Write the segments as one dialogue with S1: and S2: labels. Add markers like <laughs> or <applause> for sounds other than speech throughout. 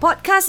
S1: Podcast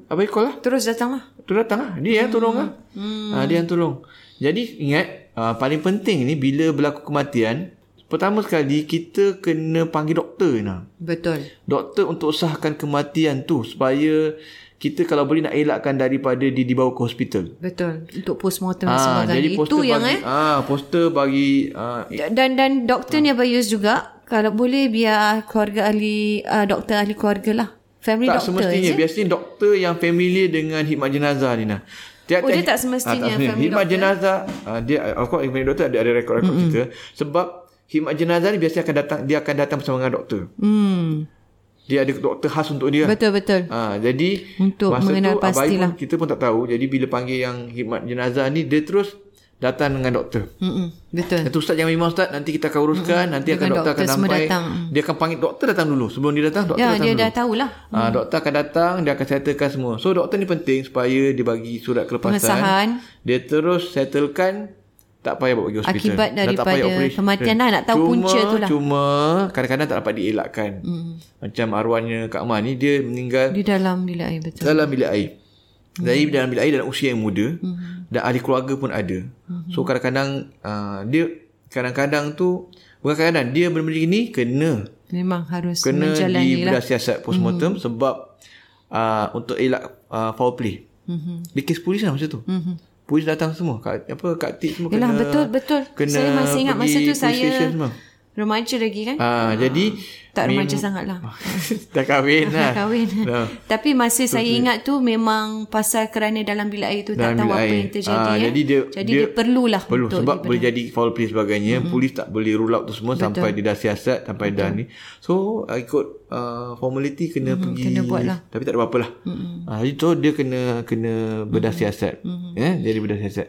S2: abai call lah
S1: Terus datang lah.
S2: tu datang lah. Dia yang tolong lah. Hmm. Ha, dia yang tolong. Jadi ingat uh, paling penting ni bila berlaku kematian pertama sekali kita kena panggil doktor nah.
S1: Betul.
S2: Doktor untuk sahkan kematian tu supaya kita kalau boleh nak elakkan daripada dia dibawa ke hospital.
S1: Betul. Untuk postmortem dan
S2: Ah,
S1: sebagainya.
S2: jadi
S1: Itu
S2: poster
S1: yang
S2: bagi,
S1: eh.
S2: ah poster bagi ah,
S1: Ya, Dan dan doktor ni Abang Yus juga. Kalau boleh biar keluarga ahli, uh, doktor ahli keluarga lah. Family
S2: tak
S1: doktor
S2: semestinya.
S1: je.
S2: Biasanya doktor yang familiar dengan khidmat jenazah ni nah. Ah, Tiap,
S1: Oh, dia tak semestinya family
S2: khidmat jenazah ah, dia of course family doktor ada ada rekod-rekod mm-hmm. kita sebab khidmat jenazah ni biasanya akan datang dia akan datang bersama dengan doktor.
S1: Hmm.
S2: Dia ada doktor khas untuk dia.
S1: Betul betul.
S2: Ha, jadi
S1: Untuk
S2: masa
S1: mengenal
S2: tu, abai
S1: pastilah.
S2: Pun, kita pun tak tahu. Jadi bila panggil yang khidmat jenazah ni dia terus datang dengan doktor.
S1: Mm-mm. Betul.
S2: Itu ustaz jangan bimbang ustaz nanti kita akan uruskan nanti akan
S1: Dengan doktor
S2: doktor, akan
S1: semua
S2: sampai.
S1: datang.
S2: Dia akan panggil doktor datang dulu sebelum dia datang doktor
S1: Ya
S2: datang
S1: dia
S2: dulu.
S1: dah tahulah.
S2: Ah ha, doktor akan datang dia akan settlekan semua. So doktor ni penting supaya dia bagi surat kelepasan.
S1: Pengesahan.
S2: Dia terus settlekan tak payah bawa pergi hospital.
S1: Akibat
S2: Dah tak payah
S1: daripada
S2: operation.
S1: kematian lah, nak tahu
S2: cuma,
S1: punca tu lah.
S2: Cuma kadang-kadang tak dapat dielakkan. Hmm. Macam arwahnya Kak Ma ni dia meninggal
S1: Di dalam bilik air betul.
S2: dalam bilik air. Jadi dalam bilik air dalam usia yang muda
S1: Hmm.
S2: mm-hmm. dan ahli keluarga pun ada. Mm-hmm. So kadang-kadang uh, dia kadang-kadang tu bukan kadang-kadang dia benda-benda ni kena
S1: Memang harus
S2: kena
S1: menjalani lah. Hmm.
S2: dibedah siasat postmortem mm-hmm. sebab uh, untuk elak uh, foul play. Mm-hmm.
S1: Hmm.
S2: Di kes polis lah masa tu. Mm-hmm. Polis datang semua kat apa kat tip semua
S1: Yalah
S2: kena
S1: betul betul.
S2: kena
S1: saya masih ingat
S2: pergi
S1: masa tu
S2: police
S1: saya
S2: station semua.
S1: remaja lagi kan.
S2: Ah, jadi
S1: tak remaja sangat lah.
S2: <laughs> dah kahwin
S1: <laughs>
S2: lah. <laughs>
S1: Kahwin.
S2: Dah.
S1: Tapi masa saya ingat tu memang pasal kerana dalam bilik air tu tak
S2: Dalam
S1: tahu
S2: bilik
S1: apa
S2: air.
S1: yang terjadi.
S2: Ah,
S1: eh.
S2: jadi dia-
S1: jadi
S2: dia-
S1: dia, perlulah
S2: Perlu
S1: untuk
S2: sebab boleh jadi foul play sebagainya mm-hmm. polis tak boleh rule out tu semua Betul. sampai dia dah siasat sampai Betul. dah ni so uh, ikut uh, formality kena mm-hmm. pergi
S1: kena buat lah.
S2: tapi tak ada apa-apa lah mm-hmm. uh, jadi tu dia kena kena bedah mm-hmm. siasat mm-hmm. Yeah? jadi bedah siasat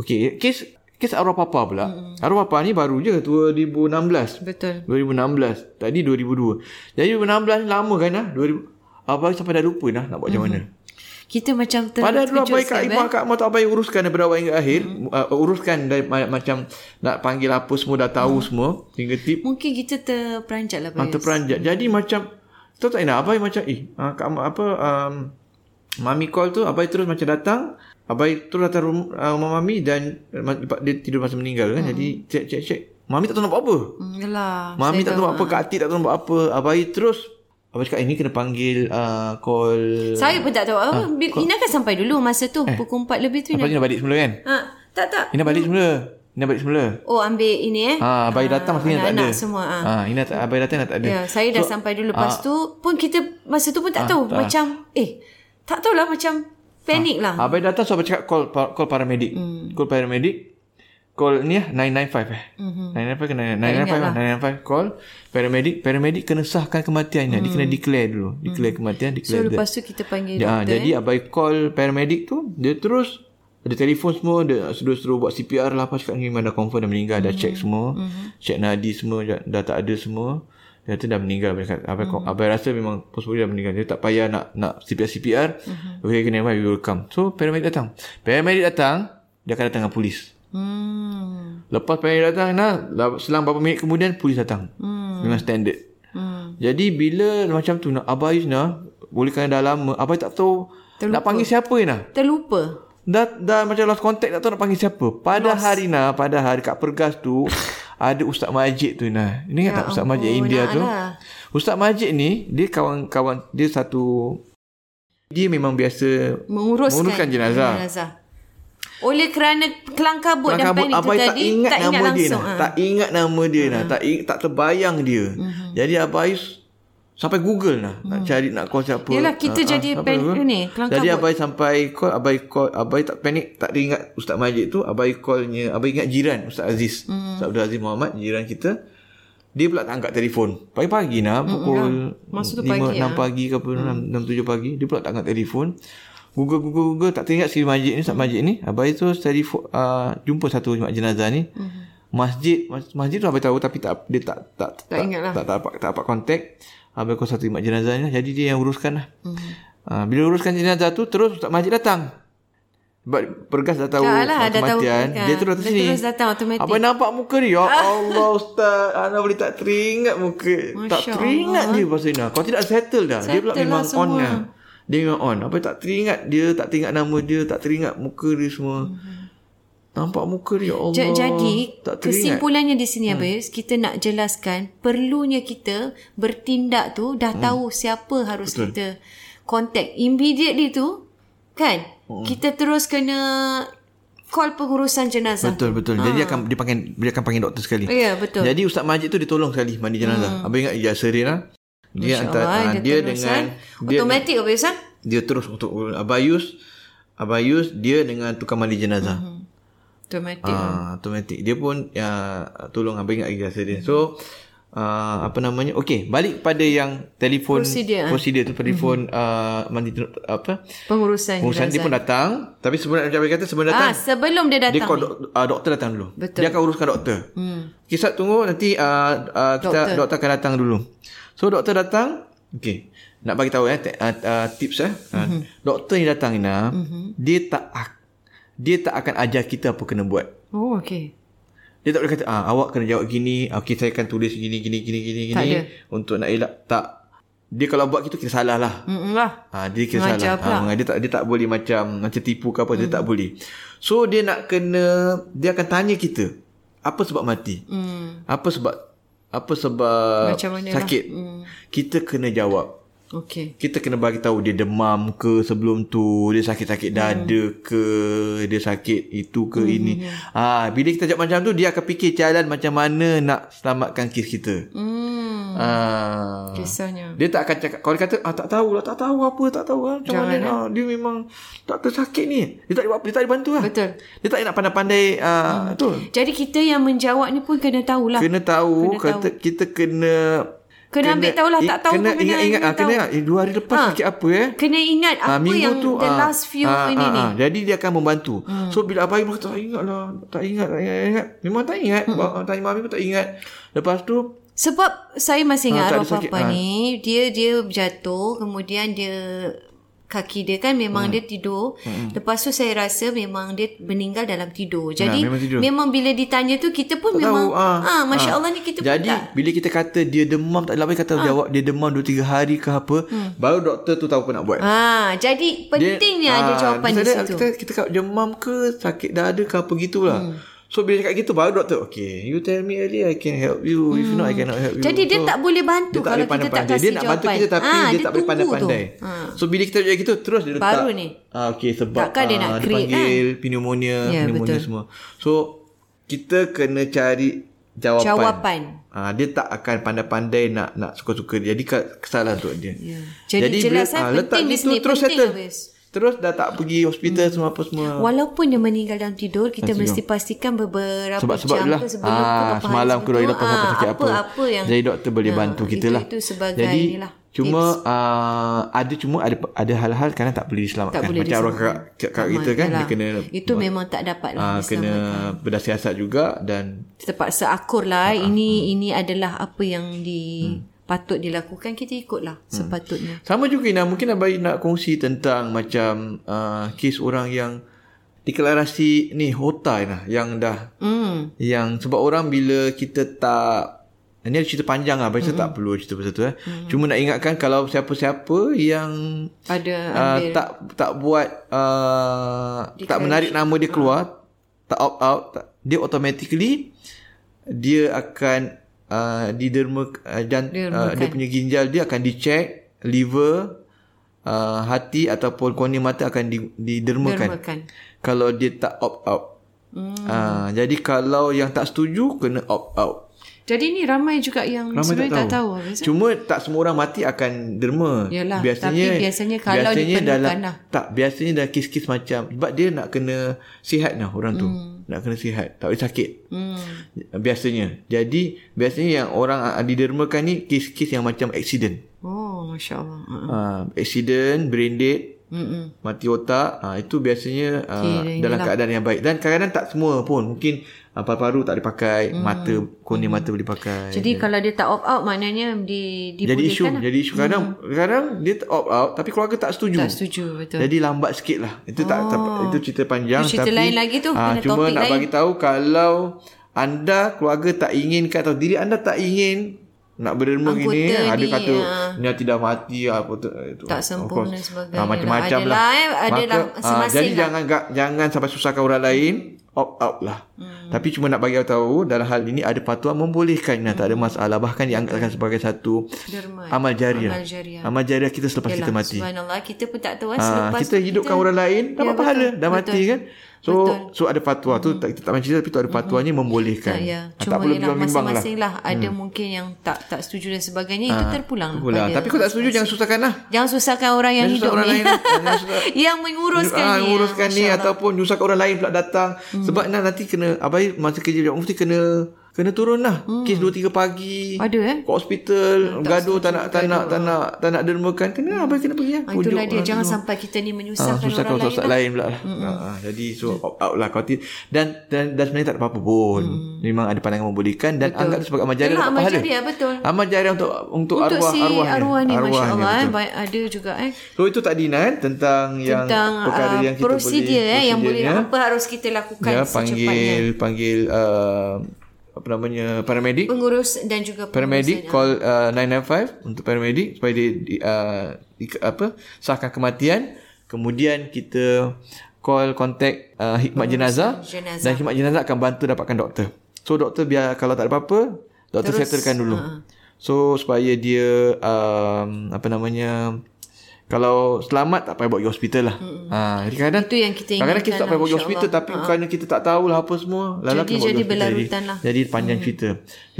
S2: okey kes kes arwah papa pula mm-hmm. arwah papa ni baru je 2016
S1: betul.
S2: 2016 tadi 2002 jadi 2016 ni lama kan lah 2000 abang sampai dah lupa lah nak buat macam mana
S1: Kita macam ter,
S2: Padahal dulu
S1: terkejut
S2: abai Kak
S1: sikit,
S2: Ima Kak Ima tak abai uruskan daripada awal hingga akhir. Uh, uruskan dari, ma- macam nak panggil apa semua dah tahu semua. Hingga tip
S1: Mungkin kita terperanjat lah.
S2: Hmm. yes.
S1: Bayus.
S2: terperanjat. Jadi macam tahu tak Ina abai macam eh uh, Kak Ima apa um, mami call tu abai terus macam datang. Abai terus datang rumah, uh, rumah mami dan uh, ma- dia tidur masa meninggal kan. Jadi cek cek cek. Mami tak tahu nak buat apa.
S1: Hmm, Yalah.
S2: Mami tak tahu ah. buat apa, Kak Atik tak tahu nak buat apa. Abai terus Abai cakap ini kena panggil uh, call
S1: Saya pun tak tahu. apa.
S2: Ah,
S1: Bil- Ina kan sampai dulu masa tu.
S2: Eh.
S1: Pukul 4 lebih tu Ina.
S2: Lepas ni nak balik semula kan?
S1: Ha, tak tak.
S2: Ina balik semula. Ina balik semula.
S1: Oh ambil ini eh.
S2: Ah, abai datang maksudnya tak ada. Eh.
S1: anak-anak semua, ah.
S2: Ah, Ina tak abai datang Ina tak ada.
S1: Ya, saya dah sampai dulu.
S2: ah.
S1: Lepas tu pun kita masa tu pun tak tahu macam eh tak tahulah macam panik lah.
S2: Abai datang so abai cakap call pa- call paramedic.
S1: Hmm.
S2: Call paramedic. Call ni lah 995 eh. Mm-hmm.
S1: Mhm.
S2: 995 ke 995 lah. 995 call paramedic. Paramedic kena sahkan kematian Ina. Dia
S1: Hmm.
S2: kena declare dulu. Declare kematian,
S1: So
S2: declare death.
S1: lepas tu kita panggil
S2: Ya,
S1: doktor.
S2: jadi abai call paramedic tu dia terus ada telefon semua dia suruh-suruh buat CPR lah apa cakap ni memang dah confirm dah meninggal dah check semua check nadi semua dah, dah tak ada semua dia kata dah meninggal abang, kata, abang, abang rasa memang possibly dah meninggal dia tak payah nak nak CPR CPR okay okay never mind we will come so paramedic datang paramedic datang dia akan datang dengan polis
S1: eh. Hmm.
S2: lepas paramedic datang nah la- selang beberapa minit kemudian polis datang memang standard
S1: Hmm.
S2: jadi bila macam tu nak abah Yus nah boleh kena dah lama abah tak tahu nak panggil siapa nah
S1: Terlupa.
S2: Dah, dah macam lost contact tak tahu nak panggil siapa. Pada lost. hari nah, pada hari kat Pergas
S1: <laughs>
S2: tu ada Ustaz Majid tu nah. Ini ingat tak Ustaz Majid India tu?
S1: Ya lah.
S2: Ustaz Majid ni dia kawan-kawan dia satu dia memang biasa
S1: Menguruskan,
S2: Menguruskan jenazah.
S1: jenazah. Oleh kerana kelang kabut dan
S2: Kelangkabut,
S1: panik tu
S2: Abai
S1: tadi,
S2: tak ingat
S1: tak
S2: nama
S1: ingat
S2: dia
S1: langsung.
S2: nah.
S1: ah. Hmm.
S2: Tak ingat nama dia nah. Tak ing, tak terbayang dia. Jadi Abai sampai Google nah nak cari nak call siapa.
S1: Yelah, Hmm. kita
S2: Ah, ah,
S1: jadi
S2: sampai
S1: pan-
S2: Google.
S1: ni, kelangkabut.
S2: Jadi Abai sampai call Abai call Abai tak panik tak dia ingat Ustaz Majid tu Abai callnya Abai ingat jiran Ustaz Aziz.
S1: Hmm.
S2: Ustaz Abdul Aziz Muhammad jiran kita. Dia pula tak angkat telefon. Pagi-pagi nah pukul
S1: Hmm, Masa tu
S2: lima,
S1: pagi,
S2: enam pagi ke apa
S1: Hmm.
S2: 6 7 pagi dia pula tak angkat telefon. Google Google Google tak teringat si masjid ni Ustaz Majid ni. Abai tu telefon uh, jumpa satu jemaat jenazah ni.
S1: Hmm.
S2: Masjid mas, masjid tu abai tahu tapi tak dia tak tak tak, tak
S1: ingat lah.
S2: Tak tak dapat tak dapat kontak. Abai call satu jemaat jenazah ni lah. Jadi dia yang uruskan lah.
S1: Hmm.
S2: Uh, bila uruskan jenazah tu terus Ustaz Majid datang. Sebab pergas dah tahu
S1: Dah lah,
S2: ah,
S1: dah tahu.
S2: kematian.
S1: Ah,
S2: Dia
S1: dia
S2: terus datang sini.
S1: terus datang automatic.
S2: Abang nampak muka dia. Ya Allah Ustaz. Ana boleh tak teringat muka. Masya tak teringat dia pasal Ina. Kau tidak settle dah. dia pula
S1: Settle lah
S2: memang on
S1: semua.
S2: lah. Dia memang on. Apa tak teringat dia. Tak teringat nama dia. Tak teringat muka dia semua. Nampak muka dia. Ya Allah.
S1: Mm-hmm. Ja- Jadi
S2: tak teringat.
S1: kesimpulannya di sini hmm. Abis kita nak jelaskan perlunya kita bertindak tu dah hmm. tahu siapa harus Betul. kita contact immediately tu kan hmm. kita terus kena call pengurusan jenazah.
S2: Betul betul. Jadi akan dia panggil dia akan panggil doktor sekali.
S1: Ha. Ya, betul.
S2: Jadi Ustaz Majid tu dia tolong sekali mandi jenazah. Hmm. Abang ingat dia serin lah. Dia antara
S1: InsyaAllah,
S2: ah, dia
S1: terus,
S2: dengan
S1: kan?
S2: dia
S1: automatic Abis kan?
S2: dia terus untuk Abayus Abayus dia dengan tukang mandi jenazah.
S1: Hmm.
S2: Mm-hmm.
S1: Automatic.
S2: Ah, automatic. Dia pun ya tolong abang ingat ijazah dia. So Uh, apa namanya okey balik pada yang telefon
S1: Prosedur, ah. Mhm.
S2: prosedur tu telefon mm-hmm. uh, mandi jen- apa
S1: pengurusan
S2: urusan dia
S1: jenazah.
S2: pun datang tapi sebelum macam abang kata sebelum datang
S1: ah sebelum dia
S2: dia
S1: datang.
S2: call dok, uh, doktor datang dulu.
S1: Betul.
S2: Dia akan uruskan doktor. Hmm. Kisah tunggu nanti uh, uh, kita doktor. doktor akan datang dulu. So doktor datang, okey. Nak bagi tahu eh te, uh, uh, tips eh.
S1: Mhm.
S2: Mm-hmm. Doktor ni datang Ina, mm-hmm. dia tak ak- dia tak akan ajar kita apa kena buat.
S1: oh okey.
S2: Dia tak boleh kata ah awak kena jawab gini, okey saya akan tulis gini gini gini gini
S1: Tak
S2: gini
S1: ada.
S2: untuk nak elak tak. Dia kalau buat gitu kita salah lah.
S1: Mm lah.
S2: Ha, dia kira
S1: Mengajar
S2: salah.
S1: pula.
S2: Ha, mengajar. dia tak dia tak boleh macam macam tipu ke apa dia
S1: Hmm.
S2: tak boleh. So dia nak kena dia akan tanya kita apa sebab mati?
S1: Hmm.
S2: Apa sebab apa sebab
S1: Macam mana lah.
S2: sakit?
S1: Hmm.
S2: Kita kena jawab.
S1: Okey.
S2: Kita kena bagi tahu dia demam ke sebelum tu, dia sakit-sakit
S1: Hmm.
S2: dada ke, dia sakit itu ke ini.
S1: hmm,
S2: Ah ha, bila kita jawab macam tu dia akan fikir jalan macam mana nak selamatkan kes kita.
S1: Hmm.
S2: Ah.
S1: Kisahnya.
S2: Dia tak akan cakap Kalau dia kata ah, Tak tahu lah Tak tahu apa Tak tahu lah Macam
S1: Jangan, eh.
S2: mana ah, Dia memang Tak tersakit ni Dia tak boleh, dia tak boleh bantu lah
S1: Ah. Betul.
S2: Dia tak boleh nak pandai-pandai ah, hmm. tu.
S1: Jadi kita yang menjawab ni pun kena tahulah.
S2: Kena tahu kena kata, Kita kena
S1: Ah, Kena ambil tahulah, tak tahu
S2: Kena
S1: pun kena
S2: ingat-ingat ah, Kena ingat eh, Dua hari lepas ha. sikit apa eh
S1: Kena ingat
S2: Ah,
S1: apa yang the
S2: ah,
S1: last few
S2: ah,
S1: ini
S2: ah,
S1: ni. Hmm.
S2: ah. Jadi dia akan membantu So bila abang Ibu kata Tak ingat lah Tak ingat Tak ingat, tak ingat. Memang tak ingat hmm. Tanya mami pun tak ingat Lepas tu
S1: Sebab saya masih ingat
S2: Ah, tak ada
S1: arwah
S2: sakit,
S1: papa
S2: ah.
S1: ni, dia dia jatuh, kemudian dia kaki dia kan memang
S2: Hmm.
S1: dia tidur. Lepas tu saya rasa memang dia meninggal dalam tidur. Jadi
S2: memang tidur.
S1: memang bila ditanya tu kita pun memang
S2: tahu, ah.
S1: ah masya-Allah ni kita
S2: Jadi
S1: pun tak Ah.
S2: bila kita kata dia demam tak ada apa kata jawab dia demam 2 3 hari ke apa
S1: Hmm.
S2: baru doktor tu tahu apa nak buat.
S1: Ah, jadi pentingnya ada
S2: ah,
S1: jawapan di
S2: misalnya
S1: situ.
S2: Kita kita kat demam ke sakit dada ke apa gitulah. Hmm. So bila cakap gitu baru doktor okay you tell me earlier I can help you if not I cannot help you.
S1: Hmm. Jadi dia
S2: So,
S1: tak boleh bantu
S2: dia tak
S1: kalau
S2: boleh
S1: kita tak
S2: pandai-pandai.
S1: kasih
S2: Dia nak bantu
S1: jawapan.
S2: kita tapi
S1: Ah,
S2: dia, tak boleh
S1: tunggu tu.
S2: pandai-pandai.
S1: Ah.
S2: So bila kita cakap gitu terus dia letak.
S1: Baru ni.
S2: Ah, okay sebab
S1: Takkan dia nak
S2: ah,
S1: create,
S2: panggil pneumonia,
S1: Ya,
S2: pneumonia
S1: betul.
S2: semua. So kita kena cari jawapan.
S1: Jawapan.
S2: Ah, dia tak akan pandai-pandai nak nak suka-suka dia. Jadi ke- kesalahan untuk dia.
S1: Ya. Jadi, jelasan
S2: ah,
S1: penting di
S2: gitu,
S1: sini,
S2: terus
S1: penting
S2: settle.
S1: habis.
S2: Terus dah tak pergi hospital semua apa semua.
S1: Walaupun dia meninggal dalam tidur, kita
S2: Dalam
S1: mesti pastikan beberapa
S2: sebab-sebab
S1: jam
S2: lah
S1: ke sebelum ke
S2: ah,
S1: berapa hari
S2: semalam
S1: sebelum
S2: kedua hari
S1: tu,
S2: lepas apa
S1: ah,
S2: sakit apa,
S1: apa, apa yang
S2: jadi doktor boleh
S1: Ah,
S2: bantu kita
S1: itu,
S2: lah
S1: Itu sebagai
S2: jadi
S1: inilah.
S2: Cuma uh, ada cuma ada ada hal-hal kadang tak boleh <laughs> diselamatkan.
S1: Tak boleh
S2: Macam orang
S1: diselamatkan.
S2: kat kat kita kan dia
S1: Yalah.
S2: kena
S1: lah. Itu memang tak dapat
S2: uh,
S1: lah
S2: kena Ah, berdasiasat juga dan
S1: terpaksa akur lah ini ini adalah apa yang di
S2: Hmm.
S1: patut dilakukan kita ikutlah sepatutnya
S2: Sama juga Ina, mungkin Abai nak kongsi tentang macam uh, kes orang yang deklarasi ni hota Ina yang dah
S1: hmm
S2: yang sebab orang bila kita tak ini ada cerita panjang lah Biasa tak perlu cerita pasal tu eh. Cuma nak ingatkan kalau siapa-siapa yang
S1: ada
S2: uh,
S1: ambil
S2: tak tak buat uh, tak menarik nama dia keluar, tak opt out, tak, dia automatically dia akan uh, diderma uh, jan, uh, dia punya ginjal dia akan dicek, liver, uh, hati ataupun kornea mata akan di, didermakan
S1: makan
S2: kalau dia tak opt out. Hmm. Uh, jadi kalau yang tak setuju kena opt out.
S1: jadi ni ramai juga yang
S2: Ramai
S1: sebenarnya tak tahu, tak tahu.
S2: Cuma tak semua orang mati akan derma.
S1: Yalah, tapi biasanya kalau diperlukan
S2: dalam,
S1: lah.
S2: Tak, biasanya dalam kes-kes macam sebab dia nak kena sihat lah orang tu. Nak kena sihat, tak boleh sakit.
S1: hmm
S2: Biasanya. Jadi biasanya yang orang ah, didermakan ni kes-kes yang macam accident.
S1: oh masya-Allah Ha.
S2: Uh, accident, brain dead,
S1: hmm
S2: mati otak ha, itu biasanya uh,
S1: Kira
S2: dalam keadaan yang baik dan kadang-kadang tak semua pun mungkin uh, paru-paru tak dipakai hmm. mata kornea mata boleh pakai
S1: jadi kalau dia tak opt out maknanya di
S2: jadi
S1: dibolehkan
S2: isu
S1: lah.
S2: jadi isu kadang kadang dia opt out tapi keluarga tak setuju
S1: tak setuju betul Oh.
S2: jadi lambat sikit lah itu tak, tak itu cerita panjang
S1: Itu cerita
S2: tapi
S1: lain lagi tu,
S2: ah,
S1: kena
S2: cuma
S1: topik
S2: nak
S1: lain.
S2: bagi tahu kalau anda keluarga tak inginkan atau diri anda tak ingin nak berderma
S1: Anggota
S2: gini ada
S1: ni,
S2: kata
S1: ah.
S2: ni tidak mati lah," apa tu itu
S1: Tak sempurna
S2: Of course.
S1: sebagainya
S2: ah,
S1: lah.
S2: macam-macam lah,
S1: Adalah, eh, adalah
S2: Maka, ah,
S1: masing-masing
S2: jadi
S1: lah.
S2: jangan ga- jangan sampai susahkan orang lain opt out lah
S1: Hmm.
S2: tapi cuma nak bagi tahu dalam hal ini ada fatwa membolehkan nah, tak ada masalah bahkan dianggapkan sebagai satu
S1: Hmm. derma
S2: amal jariah
S1: Amal jariah.
S2: amal jariah kita selepas kita mati
S1: subhanallah kita pun tak tahu ha,
S2: Ah,
S1: selepas
S2: kita hidupkan kita, orang lain
S1: Ya,
S2: dapat ya, pahala
S1: betul,
S2: dah
S1: betul.
S2: mati kan so betul. so ada fatwa tu tak kita tak main cerita tapi tu ada fatwanya membolehkan
S1: Ya,
S2: Ah,
S1: cuma
S2: tak perlu
S1: ialah
S2: bimbang lah
S1: masing-masing lah. Ada mungkin yang tak tak setuju dan sebagainya. itu terpulang. lah
S2: pula
S1: pada-
S2: tapi kalau tak setuju jangan susahkan lah
S1: Jangan susahkan orang yang
S2: Jangan
S1: hidup
S2: susahkan orang
S1: ni. <laughs>
S2: lain. lah. Jangan susah-
S1: yang menguruskan
S2: Ah,
S1: ni.
S2: uruskan ni ataupun nyusahkan orang lain pula datang
S1: Mm.
S2: sebab nah, nanti kena abai masa kerja Jawab mufti kena kena turun lah kes 2 3 pagi
S1: Mm. Ada eh.
S2: ke hospital gaduh tak nak tak nak tak nak tak nak dermakan kena abai kena pergi lah
S1: Ah, Itulah
S2: Pujuk
S1: dia.
S2: orang
S1: Jangan
S2: tu.
S1: sampai kita ni
S2: Ah,
S1: menyusahkan
S2: susah
S1: orang
S2: kalau
S1: lain.
S2: susah
S1: lah. Mm.
S2: lain pula lah. Ah, ah, jadi so opt out lah kalau ti- dan, dan dan sebenarnya tak ada apa-apa pun. Memang ada pandangan membolehkan dan anggap sebagai amal jariah
S1: Yalah, Mm.
S2: dapat
S1: amal
S2: pahala.
S1: jariah, betul.
S2: Amal jariah untuk
S1: Untuk
S2: untuk, arwah
S1: si
S2: arwah,
S1: arwah ni, Masya Allah. eh.
S2: betul.
S1: Baik, ada juga eh.
S2: So itu tadi Nan tentang yang
S1: Tentang
S2: perkara
S1: ah,
S2: yang kita
S1: prosedur
S2: boleh
S1: eh. Yang boleh
S2: prosedurnya.
S1: apa harus kita lakukan
S2: ya,
S1: secepatnya.
S2: panggil panggil uh, apa namanya paramedic
S1: Pengurus dan juga
S2: paramedic call uh, 995 untuk paramedic supaya dia di, uh, di, apa sahkan kematian kemudian kita call contact uh, khidmat jenazah,
S1: jenazah.
S2: dan khidmat jenazah akan bantu dapatkan doktor so doktor biar kalau tak ada apa-apa doktor Terus, settlekan dulu uh.
S1: ha.
S2: so supaya dia um, apa namanya kalau selamat tak payah bawa pergi hospital lah. Ha, jadi kadang
S1: Itu yang kita lah,
S2: Kadang-kadang kita tak payah bawa pergi hospital tapi kerana kita tak tahulah apa semua.
S1: Jadi-
S2: Lala kena bawa pergi
S1: jadi
S2: hospital.
S1: berlarutan lah.
S2: Jadi panjang hmm. cerita.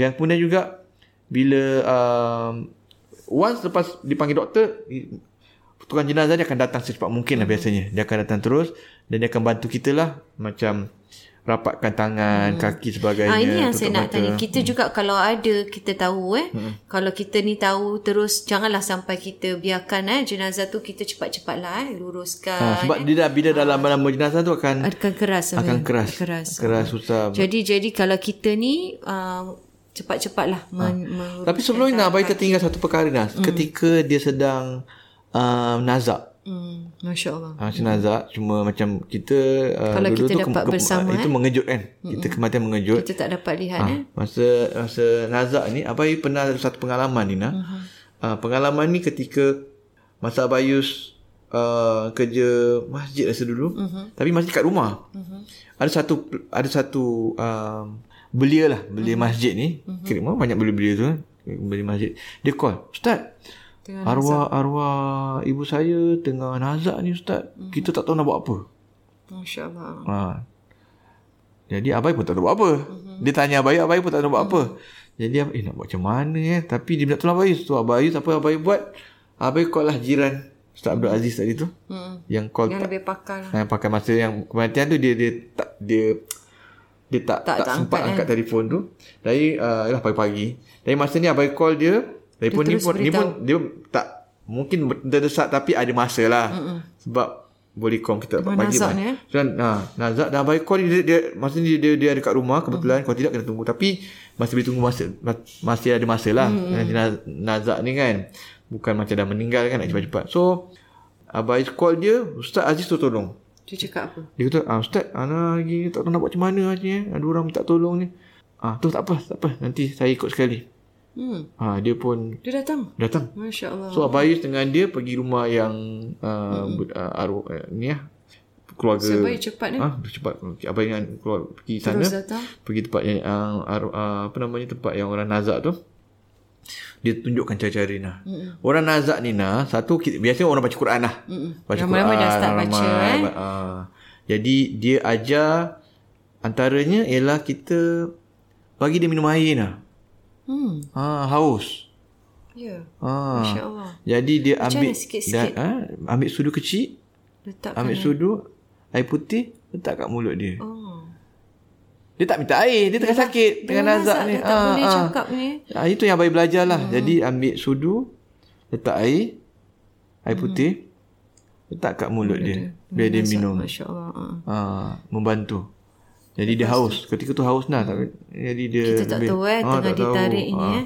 S2: Yang kemudian juga bila um, once lepas dipanggil doktor i- tukang jenazah dia akan datang secepat mungkin
S1: Hmm.
S2: lah biasanya. Dia akan datang terus dan dia akan bantu kita lah macam rapatkan tangan, kaki sebagainya.
S1: Ah ini yang saya
S2: tutup
S1: nak
S2: mata. Hmm.
S1: tanya. Kita juga kalau ada kita tahu eh. Kalau kita ni tahu terus janganlah sampai kita biarkan eh jenazah tu kita cepat-cepatlah eh luruskan. eh.
S2: Ha, sebab dia dah bila dalam dalam jenazah tu akan
S1: Akan keras sebenarnya.
S2: akan keras.
S1: Ah. keras.
S2: Keras susah.
S1: Jadi jadi kalau kita ni uh, cepat-cepatlah men- men-
S2: Ah. Tapi sebelum ni Abai tertinggal satu perkara Nas. Ketika dia sedang uh, nazak.
S1: Hmm, masya-Allah.
S2: Ha, macam nazak. Cuma macam kita... Uh,
S1: Kalau
S2: dulu
S1: kita
S2: tu
S1: dapat bersama, eh?
S2: Itu mengejut kan. Kita kematian mengejut.
S1: Kita tak dapat lihat eh.
S2: Ha, masa masa nazak ni Abai pernah ada satu pengalaman ni Nas. Uh-huh. Ha, pengalaman ni ketika masa Abayus uh, kerja masjid rasa dulu. Uh-huh. Tapi masjid kat rumah. Uh-huh. Ada satu ada satu um, belia lah, belia uh-huh. masjid ni. Uh-huh. Kira banyak belia-belia tu kan. Beli masjid. Dia call, "Ustaz,
S1: Tengah
S2: arwah arwah ibu saya tengah nazak ni ustaz. Mm-hmm. Kita tak tahu nak buat apa.
S1: Masya-Allah.
S2: Ha. Jadi abai pun tak tahu buat apa. Mm-hmm. Dia tanya abai, abai pun tak tahu nak buat mm-hmm. apa. Jadi abai eh, nak buat macam mana eh? Tapi dia minta tolong abai. So abai apa yang abai buat? Abai call lah jiran Ustaz Abdul Aziz tadi tu.
S1: Hmm.
S2: Yang call
S1: Yang
S2: tak,
S1: lebih pakar lah.
S2: yang pakai masa yang kematian tu dia dia tak dia dia tak tak, tak,
S1: tak
S2: eh, sempat angkat, angkat telefon tu. Dari uh, yalah pagi-pagi. Dari masa ni abai call dia Dia pun ni
S3: terus
S2: pun ni
S3: beritahu.
S2: pun dia tak mungkin ber- terdesak tapi ada masa lah. Sebab boleh call kita dapat
S3: Memang
S2: pagi
S3: nazak
S2: lah.
S3: ni, eh.
S2: Dan ha, Nazak dah baik call dia, dia masa ni dia, dia ada kat rumah kebetulan kalau tidak kena tunggu tapi masih boleh tunggu masa ma- masih ada masa lah. Nanti Naz- Nazak ni kan bukan macam dah meninggal kan nak cepat-cepat. So Abai call dia Ustaz Aziz tu tolong
S1: Tu cakap apa?
S2: dia kata, ah, Ustaz, Ana lagi tak tahu nak buat macam mana Haji eh. Ada orang minta tolong ni. Ah, tu tak apa, tak apa. Nanti saya ikut sekali.
S1: Hmm.
S2: Ah, dia pun
S1: Dia datang.
S2: datang.
S1: Masya Allah.
S2: So, Abayus dengan dia pergi rumah yang uh, ber, uh, arwah, uh, ni lah. Keluarga.
S1: Sebaik Hmm. cepat ni.
S2: Ah, cepat. Abayus dengan keluarga pergi sana.
S1: Terus datang.
S2: Pergi tempat yang, uh, arwah, uh, apa namanya, tempat yang orang nazak tu. Dia tunjukkan cara-cara ni lah. Orang nazak ni nah, satu, kita- biasanya orang baca Quran lah.
S1: Mm-mm.
S2: Baca
S1: Ramai-ramai
S2: Quran,
S1: dah start
S2: ramai,
S1: baca, eh.
S2: ba- ah. Jadi dia ajar antaranya ialah kita bagi dia minum air lah.
S1: Hmm.
S2: Ha, haus.
S1: Ya. Masya
S2: Ha.
S1: Allah.
S2: Jadi dia
S1: Macam
S2: ambil
S1: mana sikit-sikit?
S2: dan, ha, ambil sudu kecil,
S1: Letak
S2: ambil sudu air putih letak kat mulut dia.
S1: Oh.
S2: Dia tak minta air, dia tengah sakit, tengah nazak ni.
S1: Dia tak
S2: Ah,
S1: boleh
S2: ah.
S1: cakap ni.
S2: Ah, itu yang abang belajar lah. Hmm. Jadi ambil sudu, letak air,
S1: Hmm.
S2: air putih, letak kat mulut dia. Biar dia minum.
S1: Masya Allah. ah.
S2: Ah, membantu. Jadi dia haus. Ketika tu haus lah. Tapi, jadi dia Ah,
S1: Kita tak tahu, eh, tengah
S2: tak tahu. Ah.
S1: ditarik ini, eh.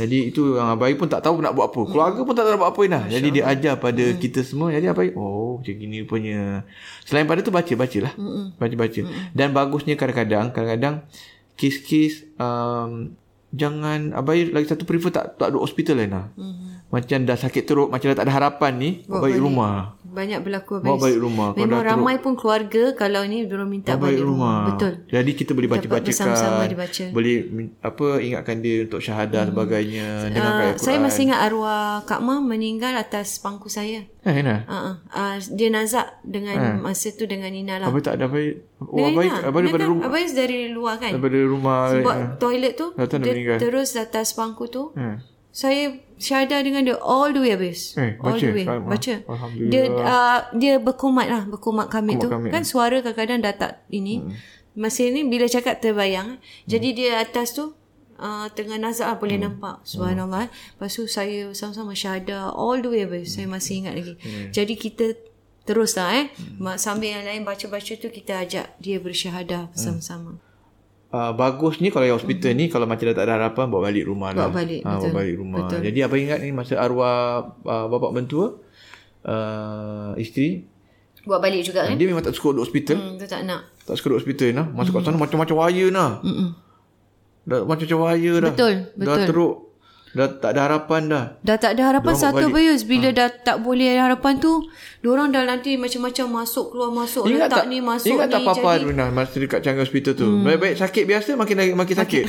S2: Jadi itu yang abai pun tak tahu nak buat apa. Keluarga pun tak tahu nak buat apa nah. Jadi dia ajar pada
S1: Hmm.
S2: kita semua. Jadi abai oh macam gini punya. Selain pada tu baca bacalah. Baca-baca. Dan bagusnya kadang-kadang kadang-kadang kes-kes um, jangan abai lagi satu prefer tak tak duduk hospital lain lah. Macam dah sakit teruk, macam dah tak ada harapan ni, bawa balik rumah.
S1: Banyak berlaku
S2: Bawa
S1: habis.
S2: balik rumah. Kalau
S1: Memang
S2: dah teruk,
S1: ramai pun keluarga kalau ni dorang minta
S2: Baik
S1: balik rumah. Betul.
S2: Jadi kita boleh
S1: Dapat
S2: baca-bacakan.
S1: bersama-sama dibaca.
S2: Boleh min- apa ingatkan dia untuk syahadah hmm. sebagainya dengan
S1: Uh,
S2: uh,
S1: saya masih ingat arwah Kak Ma meninggal atas pangku saya.
S2: Eh, Hana.
S1: Uh, uh, dia nazak dengan masa tu dengan Nina lah.
S2: Apa tak ada baik. Eh. Oh,
S1: Dengan
S2: baik
S1: Nina.
S2: abang daripada
S1: Nina kan?
S2: rumah
S1: Abang dari luar kan?
S2: daripada rumah. Eh,
S1: Buat toilet tu.
S2: Datang dia meninggal.
S1: terus atas pangku tu.
S2: Hmm.
S1: Saya syahadah dengan dia all the way habis.
S2: Eh,
S1: all
S2: baca,
S1: the way.
S2: Kak Ma.
S1: Baca.
S2: Alhamdulillah.
S1: Dia uh, dia berkumat lah, berkumat kami tu.
S2: kamit.
S1: Kan suara kadang-kadang dah tak ini. Hmm. Masa ni bila cakap terbayang.
S2: Hmm.
S1: Jadi dia atas tu uh, tengah nazak lah, boleh nampak.
S2: Hmm.
S1: Subhanallah. eh. Lepas tu saya sama-sama syahadah all the way habis.
S2: Hmm.
S1: Saya masih ingat lagi. Jadi kita terus lah eh. Hmm. Sambil yang lain baca-baca tu kita ajak dia
S2: Hmm.
S1: bersyahadah bersama-sama.
S2: Uh, bagusnya kalau yang hospital ni kalau macam dah tak ada harapan bawa balik rumah lah.
S1: Bawa balik,
S2: Ah,
S1: betul.
S2: bawa balik rumah. Betul. Jadi apa ingat ni masa arwah uh, bapak mentua uh, isteri
S1: Buat balik juga kan?
S2: dia memang tak suka duduk hospital.
S1: Hmm, tu tak nak.
S2: Tak suka duduk hospital nah. Masuk kat sana macam-macam wire nah.
S1: Mm-mm.
S2: Dah macam-macam wire dah.
S1: Betul,
S2: Dah teruk. Dah tak ada harapan dah.
S1: Dah tak ada harapan satu Bayus Bila ha. dah tak boleh ada harapan tu Diorang dah nanti macam-macam masuk keluar masuk
S2: Ingat
S1: Letak
S2: tak,
S1: ni masuk
S2: ingat
S1: ni
S2: tak Papa jadi... Runa masa dekat Changi Hospital tu?
S1: Mm.
S2: Hmm. Baik-baik sakit biasa makin lagi- makin sakit.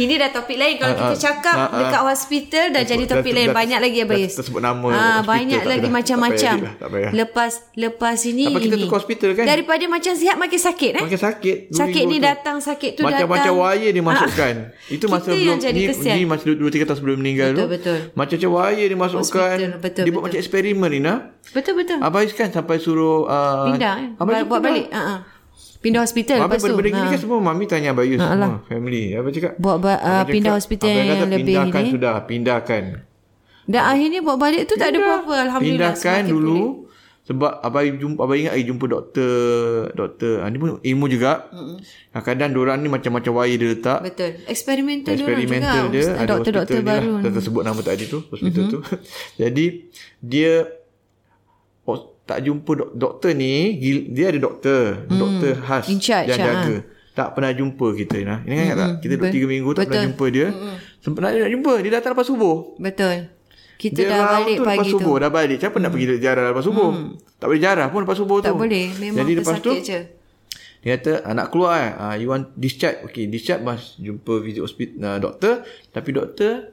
S1: Ini dah topik lain Kalau kita cakap
S2: ah, ah.
S1: dekat hospital Dah jadi
S2: Eh, dah-
S1: topik lain
S2: dah-
S1: Banyak lagi Bayus
S2: dah- dah sebut nama
S1: Ah,
S2: hospital,
S1: Banyak
S2: tak
S1: lagi
S2: payah-
S1: macam-macam
S2: tak payah edit lah, tak payah.
S1: Lepas lepas ini
S2: Apa kita
S1: ini.
S2: tukar hospital kan?
S1: Daripada macam sihat makin sakit eh?
S2: Makin sakit. dulu
S1: Sakit
S2: minggu
S1: ni
S2: tu.
S1: datang Sakit tu datang Ah.
S2: Macam-macam wire dia masukkan. Itu
S1: Kita
S2: masa
S1: yang
S2: belum
S1: jadi
S2: ni,
S1: kesian.
S2: ni masa 2 3 tahun sebelum meninggal
S1: Betul,
S2: tu.
S1: betul.
S2: Macam-macam wire dia masukkan.
S1: Hospital, betul,
S2: dia buat
S1: betul.
S2: macam eksperimen ni nah.
S1: Betul-betul
S2: Abais kan sampai suruh uh,
S1: Pindah eh?
S2: Abang
S1: Buat
S2: Yus
S1: buat
S2: pindah.
S1: balik Ah, ah. Pindah hospital Lepas
S2: Habis
S1: tu
S2: benda-benda gini
S1: Ah.
S2: kan semua Mami tanya Abang Yus semua Family Abang cakap
S1: Buat ba- ah,
S2: Abang cakap,
S1: pindah hospital
S2: Abang
S1: yang
S2: kata,
S1: lebih
S2: Pindahkan
S1: ni.
S2: sudah Pindahkan
S1: Dan akhirnya buat balik tu tak ada apa-apa Alhamdulillah
S2: Pindahkan
S1: semakin
S2: dulu Sebab Abang jumpa, Abang ingat lagi jumpa doktor Doktor ah, Dia pun ilmu juga Kadang-kadang diorang ni macam-macam wire dia letak
S1: Betul. Eksperimental dulu juga.
S2: eksperimental dia ada
S1: doktor-doktor
S2: hospital ni
S1: baru. Mhm.
S2: lah, tak sebut nama tadi tu hospital mm-hmm. tu jadi dia oh, tak jumpa dok, doktor ni gil- dia ada doktor mm. doktor khas
S1: Mhm. In charge, Mhm.
S2: yang
S1: ah.
S2: jaga tak pernah jumpa kita Ina. Ini kan tak? Kita duduk tiga minggu tak pernah jumpa dia.
S1: Mhm.
S2: Sempat nak nak jumpa. Dia datang lepas subuh.
S1: Betul. Kita
S2: dia
S1: dah
S2: round
S1: balik
S2: tu lepas
S1: pagi tu. Mhm.
S2: subuh. Dah balik. Siapa nak pergi jarah lepas subuh? Tak boleh jarah pun lepas subuh tu.
S1: Tak boleh. Memang
S2: Jadi lepas tu,
S1: tersakit je.
S2: dia kata ah, nak keluar eh. Ah, you want discharge. Okay discharge must jumpa visit hospital uh, doktor. Tapi doktor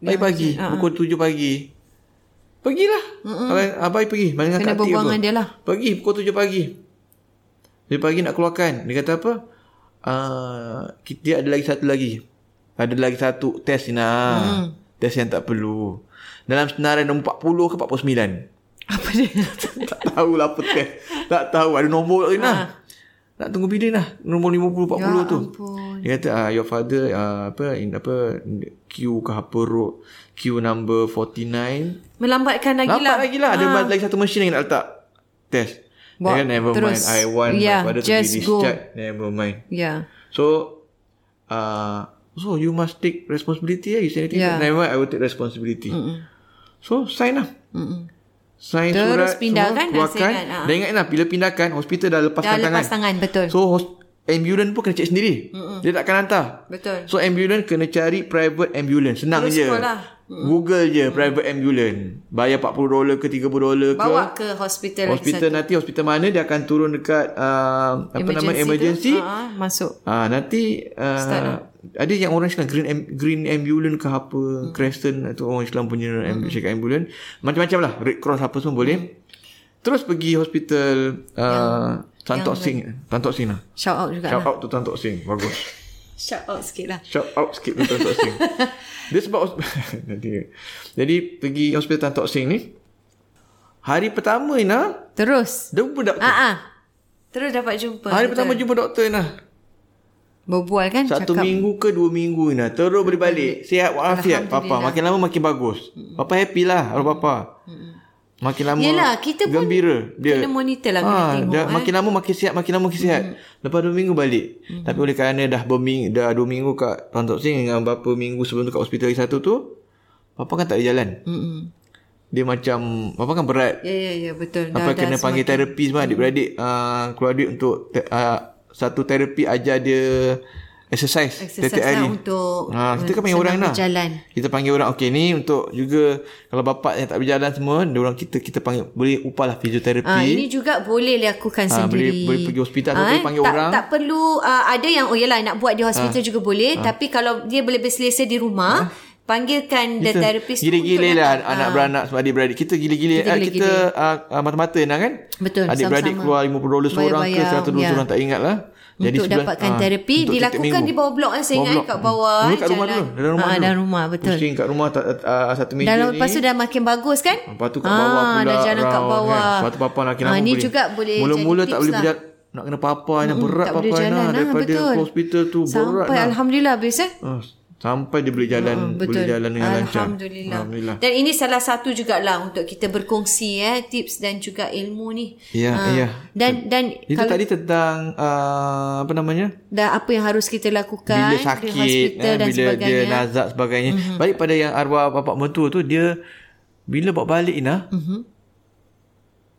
S2: pagi-pagi.
S1: ah,
S2: Pukul tujuh pagi. Pergilah. Abai, abai pergi. Mana
S1: Kena berbuangan dia lah.
S2: Pergi pukul tujuh pagi. Dia pagi nak keluarkan. Dia kata apa? Ah, ki- dia ada lagi satu lagi. Ada lagi satu test ni nah. Test yang tak perlu. Dalam senarai nombor 40 ke 49.
S1: Apa dia?
S2: tak tahu lah apa test. Tak tahu ada nombor kat Rina. Ha. nak tunggu bila lah nombor 50 40 ya, tu. Ampun. Dia kata ah your father ah, apa in apa queue ke apa road queue number 49.
S1: Melambatkan lagi
S2: Lambat
S1: lah.
S2: lagi lah ada ma- lagi satu mesin yang nak letak test.
S1: Buat
S2: Dia kata, never
S1: terus.
S2: mind I want
S1: Yeah,
S2: my father to be
S1: just go.
S2: discharged. Never mind.
S1: Yeah.
S2: So uh, so you must take responsibility eh. You say anything
S1: Yeah.
S2: never mind, I will take responsibility. Mm-mm. So sign lah. Mm-mm. Sign
S1: Terus
S2: surat
S1: pindahkan dan
S2: semua, keluarkan.
S1: sign, ah.
S2: Dan ingat lah bila pindahkan hospital dah lepaskan
S1: Dah lepas
S2: tangan.
S1: tangan. Betul.
S2: So hos- ambulance pun kena cek sendiri. Mm-mm. Dia tak akan hantar.
S1: Betul.
S2: So ambulance kena cari private ambulance. Senang
S1: Terus
S2: je.
S1: call lah.
S2: Google je private ambulance. Bayar 40 dolar ke 30 dolar ke.
S1: Bawa ke hospital, lagi
S2: hospital
S1: satu.
S2: nanti hospital mana dia akan turun dekat uh, apa nama emergency.
S1: Tu, uh, masuk.
S2: Ah nanti uh, ada yang orang Islam green am- green ambulance ke apa hmm. Crescent atau orang Islam punya amb- syarikat ambulance macam-macam lah Red Cross apa semua boleh. Terus pergi hospital uh, Tan Tok Singh Tan Tok Singh lah.
S1: Shout out juga.
S2: Shout out to Tan Tok Singh bagus.
S1: Shout out sikit lah.
S2: Shout out sikit to Tan Tok <laughs> Singh. Dia sebab hos- <laughs> jadi, jadi pergi hospital Tan Tok Singh ni hari pertama Ina
S1: Terus.
S2: dia pun
S1: Ah
S2: doktor.
S1: ah. Terus dapat jumpa.
S2: Hari
S1: Betul.
S2: pertama jumpa doktor Ina.
S1: Berbual kan
S2: Satu
S1: cakap.
S2: minggu ke dua minggu ni dah. Terus boleh balik. Sihat walafiat Papa. Makin lama makin bagus. Papa happy lah kalau Papa. Makin lama
S1: Yelah, kita pun
S2: gembira. Dia,
S1: kena monitor lah, kena
S2: Ha,
S1: tengok,
S2: dia,
S1: eh.
S2: makin lama makin sihat, makin lama makin sihat. Lepas dua minggu balik. Tapi oleh kerana dah berming, dah dua minggu kat Tan Tok Sing dengan berapa minggu sebelum tu kat hospital lagi satu tu, Papa kan tak boleh jalan.
S1: Mm-mm.
S2: Dia macam, Papa kan berat.
S1: Ya ya ya betul.
S2: Apa kena panggil terapi semua adik-beradik uh, keluar duit untuk te- uh, satu terapi ajar dia exercise,
S1: Exercise
S2: tiap-tiap
S1: lah
S2: hari.
S1: untuk,
S2: ha, kita kan
S1: uh,
S2: panggil orang
S1: senang
S2: lah.
S1: berjalan.
S2: Kita panggil orang okey ni untuk juga kalau bapak yang tak berjalan semua, dia orang kita kita panggil boleh upah lah fisioterapi.
S1: Ah, ini juga boleh lakukan
S2: Ah, boleh-
S1: sendiri.
S2: boleh pergi hospital atau
S1: Ah,
S2: boleh panggil
S1: tak,
S2: orang. Ah.
S1: Tak perlu ah, ada yang oh yalah nak buat di hospital juga boleh tapi kalau dia boleh berselesa di rumah panggilkan the therapist tu
S2: Gila-gila
S1: untuk
S2: lah
S1: datang.
S2: anak beranak sama adik-beradik. Kita gila-gila.
S1: Kita
S2: Kita,
S1: gila-gila.
S2: kita uh, uh, mata-mata nak kan?
S1: Betul,
S2: Adik-beradik
S1: sama-sama.
S2: keluar 50 dolar seorang ke
S1: Bayar-bayar,
S2: 100 dolar
S1: ya.
S2: seorang tak ingat lah.
S1: untuk dapatkan
S2: ah,
S1: terapi
S2: untuk tiap-tiap
S1: dilakukan
S2: minggu.
S1: di bawah blok eh saya
S2: Bawah
S1: ingat
S2: blok.
S1: kat bawah
S2: Dulu
S1: eh,
S2: kat rumah
S1: jalan.
S2: dulu. Dalam rumah
S1: Ah,
S2: dulu.
S1: dalam rumah betul.
S2: Pusing kat rumah tak, uh, satu meja
S1: Dalam
S2: ni.
S1: lepas tu dah makin bagus kan?
S2: Lepas tu kat bawah pula
S1: Dah jalan kat
S2: round,
S1: bawah.
S2: Lepas tu papa nak kena
S1: Ah,
S2: lama
S1: Ni juga boleh
S2: Mula-mula
S1: jadi
S2: tak
S1: tips
S2: boleh
S1: lah.
S2: berjalan nak kena papa nak berat
S1: tak
S2: papa
S1: boleh jalan
S2: nak
S1: lah,
S2: daripada
S1: betul.
S2: ke hospital tu berat
S1: Sampai
S2: lah.
S1: Alhamdulillah habis eh.
S2: Ah, sampai dia boleh
S1: Ah,
S2: jalan boleh jalan dengan lancar.
S1: Alhamdulillah.
S2: Alhamdulillah.
S1: Dan ini salah satu jugalah untuk kita berkongsi eh tips dan juga ilmu ni.
S2: Ya,
S1: Ah,
S2: ya.
S1: Dan dan
S2: Itu
S1: kalau
S2: tadi tentang uh, apa namanya?
S1: dah apa yang harus kita lakukan
S2: Bila
S1: di
S2: sakit,
S1: hospital
S2: eh,
S1: dan
S2: bila dia
S1: sebagainya. Mhm.
S2: nazak sebagainya. Mm-hmm. Balik pada yang arwah bapak mentua tu dia bila bawa balik Ina,
S1: Mhm.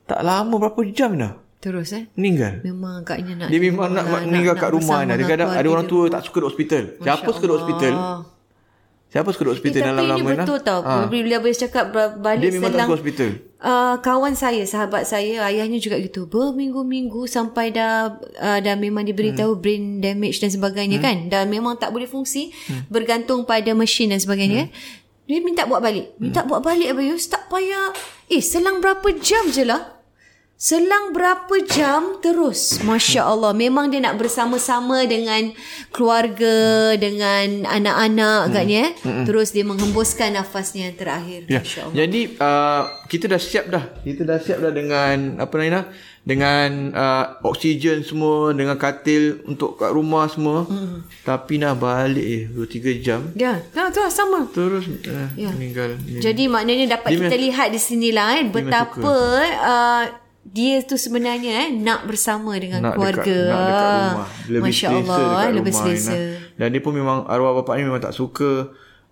S2: tak lama berapa jam Ina
S1: Terus eh.
S2: meninggal.
S1: Memang agaknya nak
S2: Dia memang nak, nak meninggal kat rumah
S1: bersama
S2: Ina. Dia
S1: dengan
S2: kadang ada
S1: keluarga
S2: orang
S1: di
S2: tua
S1: rumah.
S2: tak suka duduk hospital. Siapa
S1: Masya
S2: suka duduk hospital?
S1: Allah.
S2: Siapa suka duduk hospital
S1: Eh,
S2: dalam
S1: tapi
S2: lama
S1: ini
S2: Ina?
S1: betul tau.
S2: Ah,
S1: Bila boleh cakap ber- balik
S2: Dia memang tak
S1: selang
S2: suka hospital.
S1: Uh, kawan saya, sahabat saya, ayahnya juga gitu. Berminggu-minggu sampai dah uh, dah memang diberitahu hmm. brain damage dan sebagainya hmm. kan. Dah memang tak boleh fungsi, hmm. bergantung pada mesin dan sebagainya. Hmm. Dia minta buat balik. Minta hmm. buat balik Abang Yus, tak payah. Eh, selang berapa jam je lah. Selang berapa jam terus. Masya Allah. Memang dia nak bersama-sama dengan keluarga, dengan anak-anak agaknya. Eh. Terus dia menghembuskan nafasnya yang terakhir.
S2: Ya.
S1: Masya Allah.
S2: Jadi uh, kita dah siap dah. Kita dah siap dah dengan apa namanya? Dengan uh, oksigen semua, dengan katil untuk kat rumah semua. Hmm. Tapi nak balik eh 2 3 jam
S1: Ya, nah, tu lah sama.
S2: terus uh, ya. meninggal. Ya.
S1: Jadi maknanya dapat
S2: Dia
S1: kita lihat di sinilah kan betapa uh, dia tu sebenarnya eh nak bersama dengan
S2: nak
S1: keluarga.
S2: dekat nak dekat rumah. Lebih
S1: Masya
S2: selesa
S1: Allah,
S2: dekat
S1: eh, lebih
S2: rumah,
S1: selesa.
S2: Aina. Dan dia pun memang arwah bapak ni memang tak suka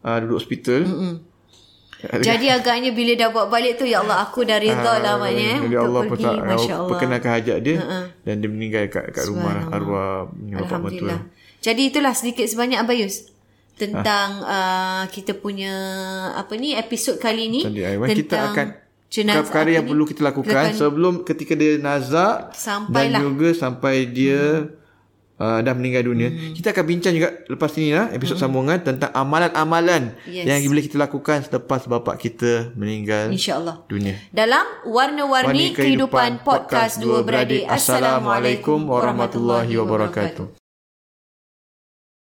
S2: uh, duduk hospital. <laughs> Mm-mm.
S1: <laughs> Jadi agaknya bila dah buat balik tu ya Allah aku dah reda lah maknanya eh untuk
S2: Jadi Ah, ya Allah
S1: pergi
S2: pergi,
S1: Masya Allah.
S2: perkenankan hajat dia uh-uh. dan dia meninggal kat kat rumah
S1: Subhanallah.
S2: arwah punya bapak mertua.
S1: Alhamdulillah. Jadi itulah sedikit sebanyak Abayus tentang
S2: Ah.
S1: uh, kita punya apa ni episod kali ni
S2: Tadi Aiwan eh, kita akan
S1: jenazah
S2: perkara yang
S1: apa ni?
S2: perlu kita lakukan
S1: Gerakan-
S2: sebelum ketika dia nazak dan
S1: Sampailah. Hmm.
S2: juga sampai dia uh, dah meninggal dunia. Kita akan bincang juga lepas ni lah episod sambungan tentang amalan-amalan
S1: Hmm. Yes.
S2: yang boleh kita lakukan selepas bapak kita meninggal
S1: Insya-Allah.
S2: dunia.
S1: dalam warna-warni
S2: Warni
S1: kehidupan podcast dua beradik. Assalamualaikum warahmatullahi wabarakatuh.